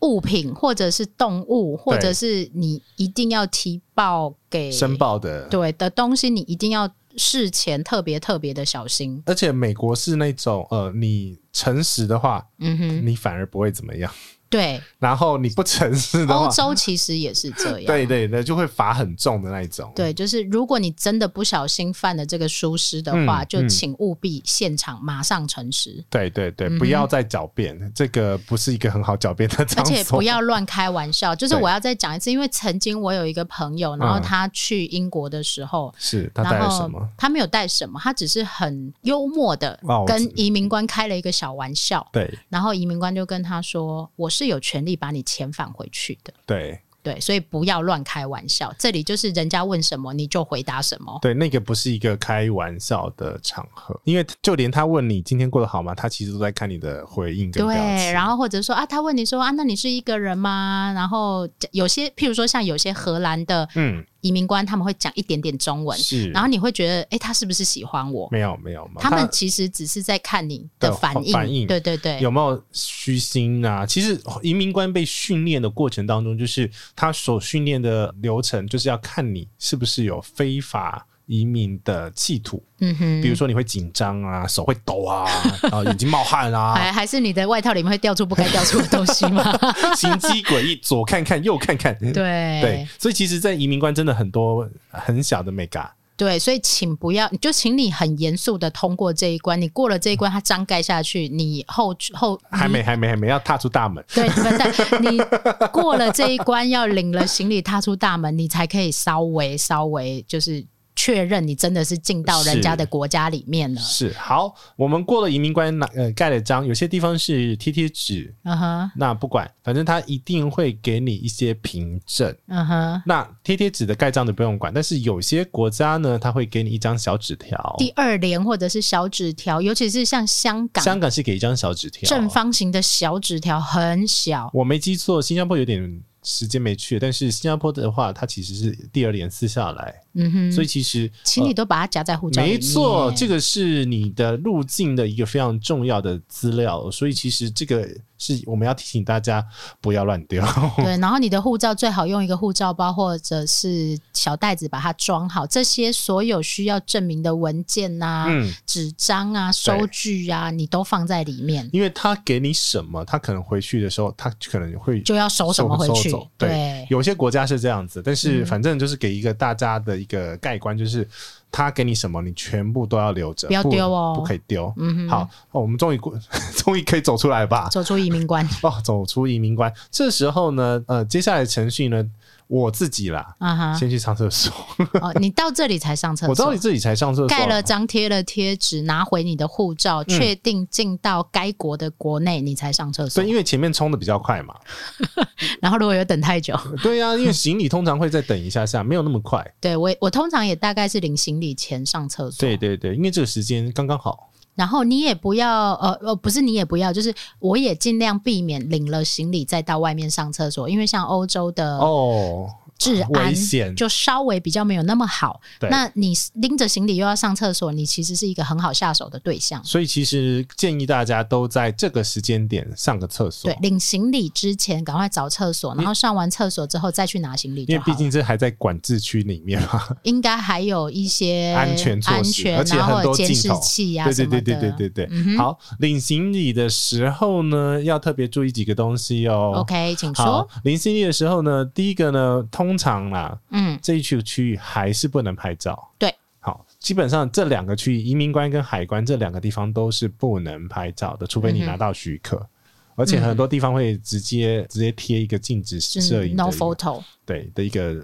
[SPEAKER 2] 物品，或者是动物，或者是你一定要提报给
[SPEAKER 1] 嗯申报的。
[SPEAKER 2] 对的东西，你一定要事前特别特别的小心。
[SPEAKER 1] 而且美国是那种呃，你诚实的话，
[SPEAKER 2] 嗯哼，
[SPEAKER 1] 你反而不会怎么样。
[SPEAKER 2] 对，
[SPEAKER 1] 然后你不诚实的话
[SPEAKER 2] 欧，洲其实也是这样。
[SPEAKER 1] 对对对，就会罚很重的那一种。
[SPEAKER 2] 对，就是如果你真的不小心犯了这个疏失的话，
[SPEAKER 1] 嗯
[SPEAKER 2] 就
[SPEAKER 1] 嗯
[SPEAKER 2] 请务必现场马上诚实，
[SPEAKER 1] 对对对，不要再狡辩，这个不是一个很好狡辩的
[SPEAKER 2] 嗯而
[SPEAKER 1] 场所。
[SPEAKER 2] 且不要乱开玩笑。就是
[SPEAKER 1] 对
[SPEAKER 2] 我要再讲一次，因为曾经我有一个朋友，然后他去英国的时候。
[SPEAKER 1] 是他带
[SPEAKER 2] 然
[SPEAKER 1] 了
[SPEAKER 2] 后
[SPEAKER 1] 什么？
[SPEAKER 2] 他没有带什么，他只是很幽默的
[SPEAKER 1] 哦我知
[SPEAKER 2] 跟移民官开了一个小玩笑，
[SPEAKER 1] 对
[SPEAKER 2] 然后移民官就跟他说：“我是有权利把你遣返回去的。
[SPEAKER 1] 对”
[SPEAKER 2] 对，所以不要乱开玩笑。这里就是人家问什么你就回答什么。
[SPEAKER 1] 对，那个不是一个开玩笑的场合，因为就连他问你今天过得好吗，他其实都在看你的回应跟表
[SPEAKER 2] 对，
[SPEAKER 1] 情。
[SPEAKER 2] 然后或者说啊，他问你说啊，那你是一个人吗？然后有些，譬如说像有些荷兰的
[SPEAKER 1] 嗯，
[SPEAKER 2] 移民官他们会讲一点点中文，
[SPEAKER 1] 是，
[SPEAKER 2] 然后你会觉得，哎、他是不是喜欢我？
[SPEAKER 1] 没有没有，
[SPEAKER 2] 他们其实只是在看你的
[SPEAKER 1] 的
[SPEAKER 2] 反应，
[SPEAKER 1] 反应
[SPEAKER 2] 对对对，
[SPEAKER 1] 有没有虚心啊？其实移民官被训练的过程当中，就是他所训练的流程，就是要看你是不是有非法移民的企图。
[SPEAKER 2] 嗯哼，
[SPEAKER 1] 比如说你会紧张啊，手会抖啊，然后眼睛冒汗啊，
[SPEAKER 2] 还还是你的外套里面会掉出不该掉出的东西吗？
[SPEAKER 1] 心机诡异，左看看右看看。
[SPEAKER 2] 对
[SPEAKER 1] 对，所以其实，在移民官真的很多很小的 mega，
[SPEAKER 2] 对所以请不要，就请你很严肃的通过这一关。你过了这一关，它张盖下去，你后后
[SPEAKER 1] 还没还没还没要踏出大门。
[SPEAKER 2] 对，不对，你过了这一关，要领了行李踏出大门，你才可以稍微稍微就是确认你真的是进到人家的国家里面了。
[SPEAKER 1] 是好，我们过了移民官拿呃盖了章，有些地方是贴贴纸，
[SPEAKER 2] 嗯哼，
[SPEAKER 1] 那不管，反正他一定会给你一些凭证。
[SPEAKER 2] 嗯哼。
[SPEAKER 1] 那贴贴纸的盖章的不用管，但是有些国家呢，他会给你一张小纸条。
[SPEAKER 2] 第二联或者是小纸条，尤其是像香港
[SPEAKER 1] 香港是给一张小纸条，
[SPEAKER 2] 正方形的小纸条很小，
[SPEAKER 1] 我没记错，新加坡有点时间没去，但是新加坡的话，它其实是第二连撕下来，
[SPEAKER 2] 嗯哼，
[SPEAKER 1] 所以其实呃
[SPEAKER 2] 请你都把它夹在护照里
[SPEAKER 1] 没
[SPEAKER 2] 面。
[SPEAKER 1] 错，这个是你的路径的一个非常重要的资料，所以其实这个是我们要提醒大家不要乱丢。
[SPEAKER 2] 对，然后你的护照最好用一个护照包或者是小袋子把它装好，这些所有需要证明的文件呐、
[SPEAKER 1] 嗯，
[SPEAKER 2] 纸张啊、收据啊，你都放在里面，
[SPEAKER 1] 因为他给你什么，他可能回去的时候，他可能会
[SPEAKER 2] 就要收什么回去
[SPEAKER 1] 收走。对，
[SPEAKER 2] 对，
[SPEAKER 1] 有些国家是这样子，但是
[SPEAKER 2] 嗯
[SPEAKER 1] 反正就是给一个大家的一个盖观，就是他给你什么，你全部都要留着，
[SPEAKER 2] 不要丢哦
[SPEAKER 1] 不可以丢。
[SPEAKER 2] 嗯哼，
[SPEAKER 1] 好，哦我们终于过， 终于可以走出来吧？
[SPEAKER 2] 走出移民 关
[SPEAKER 1] 哦，走出移民关。这时候呢，呃，接下来程序呢，我自己啦，
[SPEAKER 2] 啊哈！
[SPEAKER 1] 先去上厕所。
[SPEAKER 2] 哦，你到这里才上厕
[SPEAKER 1] 我到
[SPEAKER 2] 所
[SPEAKER 1] 底。自己才上厕所，
[SPEAKER 2] 盖了章，贴了贴纸，拿回你的护照，
[SPEAKER 1] 嗯
[SPEAKER 2] 确定进到该国的国内，你才上厕所
[SPEAKER 1] 对，。因为前面冲的比较快 嘛。
[SPEAKER 2] 然后如果有等太久，
[SPEAKER 1] 对呀、因为行李通常会再等一下下，没有那么快。
[SPEAKER 2] 对我也我通常也大概是领行李前上厕所。
[SPEAKER 1] 对对对，因为这个时间刚刚好。
[SPEAKER 2] 然后你也不要，呃呃，不是你也不要，就是我也尽量避免领了行李再到外面上厕所，因为像欧洲的
[SPEAKER 1] 哦，
[SPEAKER 2] 嗯治安
[SPEAKER 1] 危险
[SPEAKER 2] 就稍微比较没有那么好。
[SPEAKER 1] 对
[SPEAKER 2] 那你拎着行李又要上厕所，你其实是一个很好下手的对象。
[SPEAKER 1] 所以其实建议大家都在这个时间点上个厕所
[SPEAKER 2] 对，，领行李之前赶快找厕所，然后上完厕所之后再去拿行李
[SPEAKER 1] 因
[SPEAKER 2] 就
[SPEAKER 1] 为
[SPEAKER 2] 好
[SPEAKER 1] 毕
[SPEAKER 2] 了。
[SPEAKER 1] 竟这还在管制区里面嘛，
[SPEAKER 2] 应该还有一些
[SPEAKER 1] 安全措施
[SPEAKER 2] 安全，
[SPEAKER 1] 而且
[SPEAKER 2] 然后
[SPEAKER 1] 很多
[SPEAKER 2] 监视
[SPEAKER 1] 镜头
[SPEAKER 2] 器啊
[SPEAKER 1] 对对
[SPEAKER 2] 什么的。
[SPEAKER 1] 对对对对对。
[SPEAKER 2] 嗯哼
[SPEAKER 1] 好，领行李的时候呢，要特别注意几个东西哦。
[SPEAKER 2] OK，请
[SPEAKER 1] 好
[SPEAKER 2] 说。，
[SPEAKER 1] 领行李的时候呢，第一个呢，通常啦，
[SPEAKER 2] 嗯，
[SPEAKER 1] 这一区区域还是不能拍照。
[SPEAKER 2] 对，
[SPEAKER 1] 好，基本上这两个区域，移民官跟海关这两个地方都是不能拍照的，除非你
[SPEAKER 2] 嗯哼
[SPEAKER 1] 拿到许可。而且很多地方会直接、直接贴一个禁止
[SPEAKER 2] 就
[SPEAKER 1] 摄
[SPEAKER 2] 是
[SPEAKER 1] 影的
[SPEAKER 2] no
[SPEAKER 1] 一个
[SPEAKER 2] photo。
[SPEAKER 1] 对的一个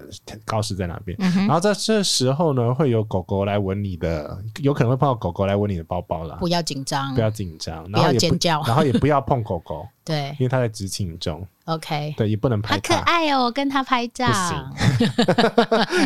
[SPEAKER 1] 告示在哪边。
[SPEAKER 2] 嗯哼
[SPEAKER 1] 然。后在这时候呢，会有狗狗来闻你的，有可能会碰到狗狗来闻你的包包啦。
[SPEAKER 2] 不要紧张，
[SPEAKER 1] 不要紧张，
[SPEAKER 2] 不
[SPEAKER 1] 然后
[SPEAKER 2] 要
[SPEAKER 1] 也
[SPEAKER 2] 尖叫
[SPEAKER 1] 然后也不要碰狗 狗，
[SPEAKER 2] 对
[SPEAKER 1] 因为它在执勤中，
[SPEAKER 2] ，OK，
[SPEAKER 1] 对，也不能
[SPEAKER 2] 好
[SPEAKER 1] 拍
[SPEAKER 2] 可
[SPEAKER 1] 它，
[SPEAKER 2] 爱哦，我跟他拍照
[SPEAKER 1] 不行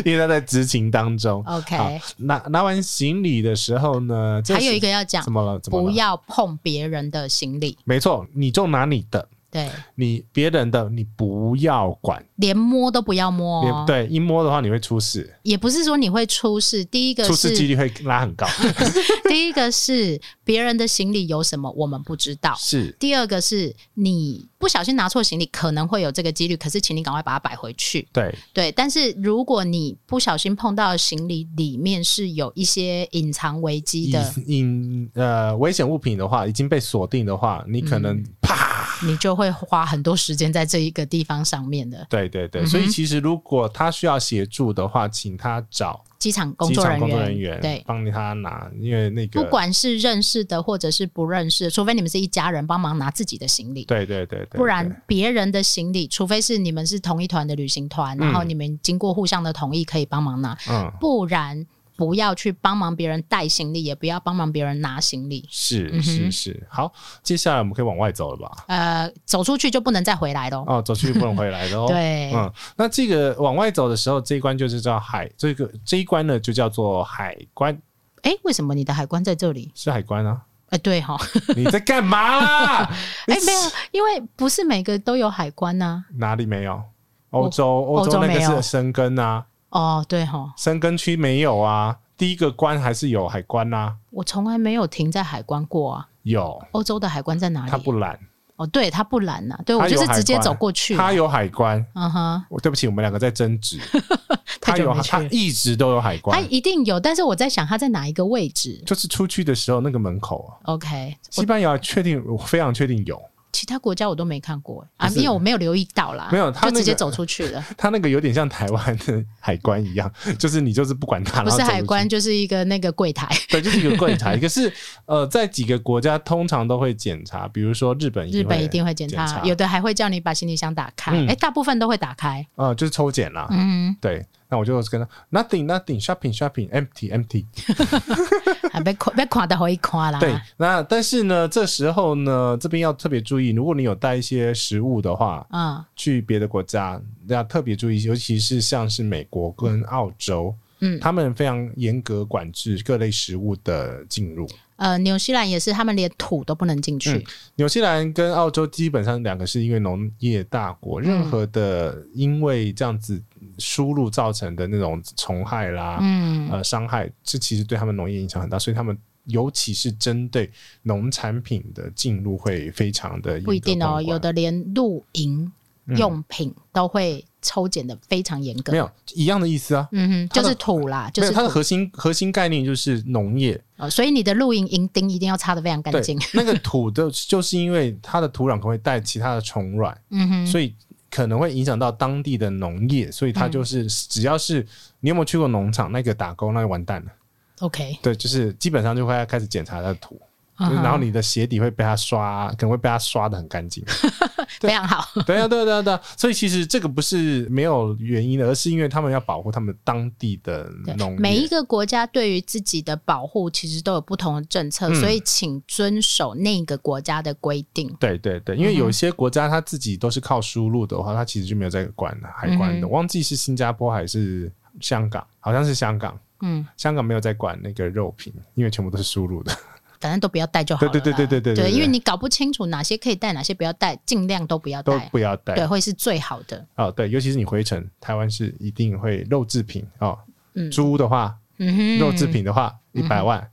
[SPEAKER 1] 因为它在执勤当中。
[SPEAKER 2] ，OK
[SPEAKER 1] 好。拿拿完行李的时候呢，这
[SPEAKER 2] 还有
[SPEAKER 1] 时
[SPEAKER 2] 一个要讲
[SPEAKER 1] 怎，么了？怎么了
[SPEAKER 2] 不，要碰别人的行李，
[SPEAKER 1] 没错，你就拿你的，
[SPEAKER 2] 对，
[SPEAKER 1] 你别人的你不要管，
[SPEAKER 2] 连摸都不要摸
[SPEAKER 1] 你
[SPEAKER 2] 哦，
[SPEAKER 1] 对，一摸的话你会出事，
[SPEAKER 2] 也不是说你会出事。第一个
[SPEAKER 1] 出事几
[SPEAKER 2] 是，
[SPEAKER 1] 率会拉很高，
[SPEAKER 2] 第一个是别人的行李有什么我们不知 道。
[SPEAKER 1] 是。
[SPEAKER 2] 第二个是你不小心拿错行李，可能会有这个几率，可是请你赶快把它摆回去。
[SPEAKER 1] 对，
[SPEAKER 2] 对，但是如果你不小心碰到的行李里面是有一些隐藏危机的，
[SPEAKER 1] 引呃危险物品的话，已经被锁定的话，你可能
[SPEAKER 2] 嗯
[SPEAKER 1] 啪，
[SPEAKER 2] 你就会花很多时间在这一个地方上面的
[SPEAKER 1] 对对对，
[SPEAKER 2] 嗯哼
[SPEAKER 1] 所以其实如果他需要协助的话，请他找
[SPEAKER 2] 机场工
[SPEAKER 1] 机
[SPEAKER 2] 作
[SPEAKER 1] 场
[SPEAKER 2] 人
[SPEAKER 1] 工
[SPEAKER 2] 员，
[SPEAKER 1] 作人员
[SPEAKER 2] 对。
[SPEAKER 1] 帮他拿，因为那个
[SPEAKER 2] 不管是认识的或者是不认识的，除非你们是一家人，帮忙拿自己的行李，
[SPEAKER 1] 对对对对，
[SPEAKER 2] 不
[SPEAKER 1] 对
[SPEAKER 2] 然别人的行李，除非是你们是同一团的旅行团，然后你们经过互相的同意可以帮忙拿，
[SPEAKER 1] 嗯
[SPEAKER 2] 不然不要去帮忙别人带行李，也不要帮忙别人拿行李。
[SPEAKER 1] 是
[SPEAKER 2] 嗯哼
[SPEAKER 1] 是是，好，接下来我们可以往外走了吧？
[SPEAKER 2] 呃，走出去就不能再回来喽。
[SPEAKER 1] 哦，走出去不能回来的哦。
[SPEAKER 2] 对，
[SPEAKER 1] 嗯，那这个往外走的时候，这一关就是叫海，这个这一关呢就叫做海关，
[SPEAKER 2] 哎、为什么你的海关在这里？
[SPEAKER 1] 是海关啊？
[SPEAKER 2] 哎、对哈，
[SPEAKER 1] 你在干嘛啦？
[SPEAKER 2] 哎、
[SPEAKER 1] 你
[SPEAKER 2] 没有，因为不是每个都有海关呐、啊
[SPEAKER 1] 哪里没有？欧洲，欧
[SPEAKER 2] 欧洲
[SPEAKER 1] 洲那
[SPEAKER 2] 没
[SPEAKER 1] 个
[SPEAKER 2] 有
[SPEAKER 1] 是生根啊，
[SPEAKER 2] 哦，对哈，
[SPEAKER 1] 深根区没有啊，第一个关还是有海关呐、
[SPEAKER 2] 我从来没有停在海关过啊。
[SPEAKER 1] 有
[SPEAKER 2] 欧洲的海关在哪
[SPEAKER 1] 他
[SPEAKER 2] 里？
[SPEAKER 1] 不懒，
[SPEAKER 2] 哦，对，它不拦呐、对
[SPEAKER 1] 它
[SPEAKER 2] 我就
[SPEAKER 1] 有
[SPEAKER 2] 是
[SPEAKER 1] 海
[SPEAKER 2] 直接
[SPEAKER 1] 关
[SPEAKER 2] 走过去。
[SPEAKER 1] 他有海关。
[SPEAKER 2] 嗯哼，
[SPEAKER 1] 我对不起，我们两个在争执。他
[SPEAKER 2] 太久
[SPEAKER 1] 有
[SPEAKER 2] 没去
[SPEAKER 1] 他
[SPEAKER 2] 了。
[SPEAKER 1] 一直都有海
[SPEAKER 2] 它
[SPEAKER 1] 关，
[SPEAKER 2] 一定有，但是我在想它在哪一个位置
[SPEAKER 1] 就是出去的时候那个门口啊，
[SPEAKER 2] ？OK，我
[SPEAKER 1] 西班牙确定，我非常确定有。
[SPEAKER 2] 其他国家我都没看过啊，
[SPEAKER 1] 就是
[SPEAKER 2] 因为我没有留意到啦，
[SPEAKER 1] 没有它那
[SPEAKER 2] 就直接
[SPEAKER 1] 个
[SPEAKER 2] 走出去了，
[SPEAKER 1] 它那个有点像台湾的海关一样， 就是你就是不管它，
[SPEAKER 2] 不
[SPEAKER 1] 然后
[SPEAKER 2] 是
[SPEAKER 1] 走出去
[SPEAKER 2] 海关，就是一个那个柜台。
[SPEAKER 1] 对，就是一个柜 台。可是呃，在几个国家通常都会检查，比如说日本，
[SPEAKER 2] 日本一定会检
[SPEAKER 1] 检
[SPEAKER 2] 查，有的还会叫你把行李箱打开，哎、
[SPEAKER 1] 嗯
[SPEAKER 2] 大部分都会打开。
[SPEAKER 1] 呃，就是抽检啦。
[SPEAKER 2] 嗯，
[SPEAKER 1] 对，那我就跟他 nothing nothing shopping shopping empty empty。
[SPEAKER 2] 还啊被垮被垮的好一垮啦。
[SPEAKER 1] 对，那但是呢，这时候呢，这边要特别注意，如果你有带一些食物的话，
[SPEAKER 2] 嗯
[SPEAKER 1] 去别的国家要特别注意，尤其是像是美国跟澳洲，
[SPEAKER 2] 嗯
[SPEAKER 1] 他们非常严格管制各类食物的进入。
[SPEAKER 2] 呃，纽西兰也是，他们连土都不能进
[SPEAKER 1] 嗯
[SPEAKER 2] 去。
[SPEAKER 1] 纽西兰跟澳洲基本上两个是因为农业大
[SPEAKER 2] 嗯
[SPEAKER 1] 国，任何的因为这样子输入造成的那种虫害啦、
[SPEAKER 2] 嗯
[SPEAKER 1] 呃伤害，这其实对他们农业影响很大，所以他们。尤其是针对农产品的进入会非常的严格
[SPEAKER 2] 不一定
[SPEAKER 1] 控
[SPEAKER 2] 哦，
[SPEAKER 1] 管
[SPEAKER 2] 有的连露营
[SPEAKER 1] 嗯
[SPEAKER 2] 用品都会抽检的非常严格。
[SPEAKER 1] 没有一样的意思啊，
[SPEAKER 2] 嗯哼，
[SPEAKER 1] 它的
[SPEAKER 2] 就是土啦，就
[SPEAKER 1] 没有
[SPEAKER 2] 是
[SPEAKER 1] 它的
[SPEAKER 2] 土、
[SPEAKER 1] 核心核心概念就是农业，
[SPEAKER 2] 呃所以你的露营营钉一定要擦的非常干
[SPEAKER 1] 对
[SPEAKER 2] 净。
[SPEAKER 1] 那个土的，就是因为它的土壤可能会带其他的虫卵，
[SPEAKER 2] 嗯哼，
[SPEAKER 1] 所以可能会影响到当地的农业，所以它
[SPEAKER 2] 嗯
[SPEAKER 1] 就是、只要是你有没有去过农场那个打工，那就完蛋了。
[SPEAKER 2] OK，
[SPEAKER 1] 对，就是基本上就会开始检查它的土，
[SPEAKER 2] 嗯哼
[SPEAKER 1] 然后你的鞋底会被它刷，可能会被它刷的很干净。
[SPEAKER 2] 非常好。
[SPEAKER 1] 对啊，对啊，对啊，对啊。所以其实这个不是没有原因的，而是因为他们要保护他们当地的
[SPEAKER 2] 对，
[SPEAKER 1] 农业。
[SPEAKER 2] 每一个国家对于自己的保护其实都有不同的政策，
[SPEAKER 1] 嗯
[SPEAKER 2] 所以请遵守那个国家的规定。
[SPEAKER 1] 对对对，因为有些国家它自己都是靠输入的话，它其实就没有在管海关
[SPEAKER 2] 嗯
[SPEAKER 1] 的。
[SPEAKER 2] 哼
[SPEAKER 1] 忘记是新加坡还是香港，好像是香港。
[SPEAKER 2] 嗯，
[SPEAKER 1] 香港没有在管那个肉品，因为全部都是输入的。
[SPEAKER 2] 反正都不要带就好了啦。
[SPEAKER 1] 对对对对对对对对
[SPEAKER 2] 因为你搞不清楚哪些可以带，哪些不要带，尽量都不要
[SPEAKER 1] 都
[SPEAKER 2] 带。
[SPEAKER 1] 不要带。
[SPEAKER 2] 对，会是最好的。
[SPEAKER 1] 哦，对，尤其是你回程，台湾是一定会肉制品哦，
[SPEAKER 2] 嗯
[SPEAKER 1] 猪的话，
[SPEAKER 2] 嗯哼，嗯
[SPEAKER 1] 肉制品的话一百、0万。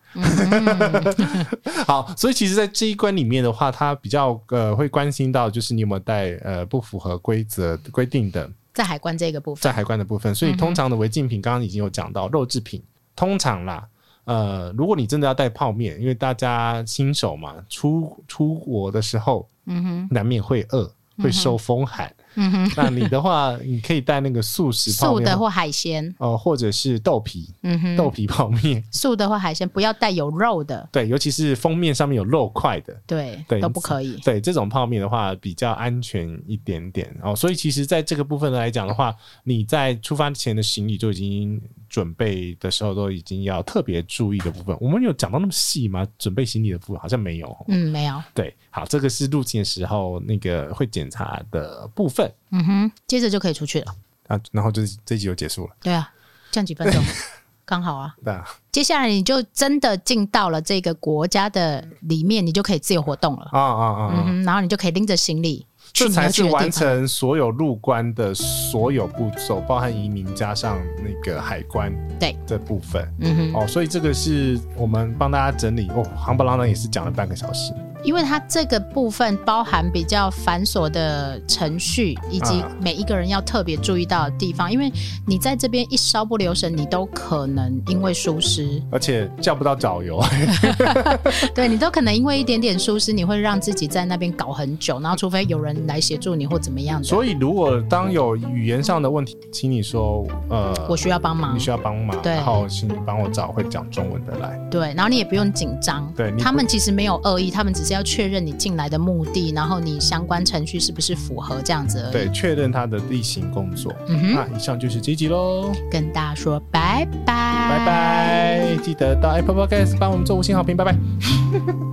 [SPEAKER 1] 好，所以其实，在这一关里面的话，他比较呃会关心到，就是你有没有带呃不符合规则规定的
[SPEAKER 2] 在海关这个部分，
[SPEAKER 1] 在海关的部分。所
[SPEAKER 2] 嗯
[SPEAKER 1] 以通常的违禁品，刚刚已经有讲到肉制品，通常啦。呃，如果你真的要带泡面，因为大家新手嘛，出出国的时候
[SPEAKER 2] 嗯哼，
[SPEAKER 1] 难免会饿，会受风寒。
[SPEAKER 2] 嗯哼，
[SPEAKER 1] 那你的话，你可以带那个素食泡
[SPEAKER 2] 素
[SPEAKER 1] 面
[SPEAKER 2] 的，或海鲜，
[SPEAKER 1] 呃，或者是豆皮、
[SPEAKER 2] 嗯哼，
[SPEAKER 1] 豆皮泡面。
[SPEAKER 2] 素的或海鲜不要带有肉的，
[SPEAKER 1] 对，尤其是封面上面有肉块的，
[SPEAKER 2] 对，
[SPEAKER 1] 对
[SPEAKER 2] 都不可以。
[SPEAKER 1] 对这种泡面的话比较安全一点点哦。所以其实在这个部分来讲的话，你在出发前的行李就已经准备的时候都已经要特别注意的部分。我们有讲到那么细吗？准备行李的部分好像没有哦。
[SPEAKER 2] 嗯，没有。
[SPEAKER 1] 对，好，这个是入境的时候那个会检查的部分
[SPEAKER 2] 嗯哼，接着就可以出去了。
[SPEAKER 1] 啊，然后就是这集就结束了。
[SPEAKER 2] 对啊，这样几分钟 刚好啊。
[SPEAKER 1] 那
[SPEAKER 2] 接下来你就真的进到了这个国家的里面，你就可以自由活动了。
[SPEAKER 1] 啊啊啊
[SPEAKER 2] 嗯
[SPEAKER 1] 啊！
[SPEAKER 2] 哼，然后你就可以拎着行李去
[SPEAKER 1] 这
[SPEAKER 2] 你
[SPEAKER 1] 才
[SPEAKER 2] 要
[SPEAKER 1] 是
[SPEAKER 2] 去的地
[SPEAKER 1] 完
[SPEAKER 2] 方。
[SPEAKER 1] 成所有入关的所有步骤，包含移民加上那个海关
[SPEAKER 2] 对
[SPEAKER 1] 这部分。
[SPEAKER 2] 嗯哼，
[SPEAKER 1] 哦，所以这个是我们帮大家整理哦，行不啷当也是讲了半个小时。
[SPEAKER 2] 因为它这个部分包含比较繁琐的程序，以及
[SPEAKER 1] 啊
[SPEAKER 2] 每一个人要特别注意到的地方。因为你在这边一稍不留神，你都可能因为疏失，
[SPEAKER 1] 而且叫不到导 游，
[SPEAKER 2] 对你都可能因为一点点疏失，你会让自己在那边搞很久。然后，除非有人来协助你或怎么样的，
[SPEAKER 1] 所以如果当有语言上的问题，请你说，呃，
[SPEAKER 2] 我需要帮忙
[SPEAKER 1] 你。需要帮忙，
[SPEAKER 2] 对
[SPEAKER 1] 然后请你帮我找会讲中文的来。
[SPEAKER 2] 对，然后你也不用紧张。
[SPEAKER 1] 对你不
[SPEAKER 2] 他们其实没有恶意，他们只是要确认你进来的目的，然后你相关程序是不是符合这样子而已。
[SPEAKER 1] 对，确认他的例行工作。
[SPEAKER 2] 嗯哼
[SPEAKER 1] 那以上就是这一集喽，
[SPEAKER 2] 跟大家说拜拜，
[SPEAKER 1] 拜。拜！记得到 Apple Podcast 帮我们做五星好评，拜拜。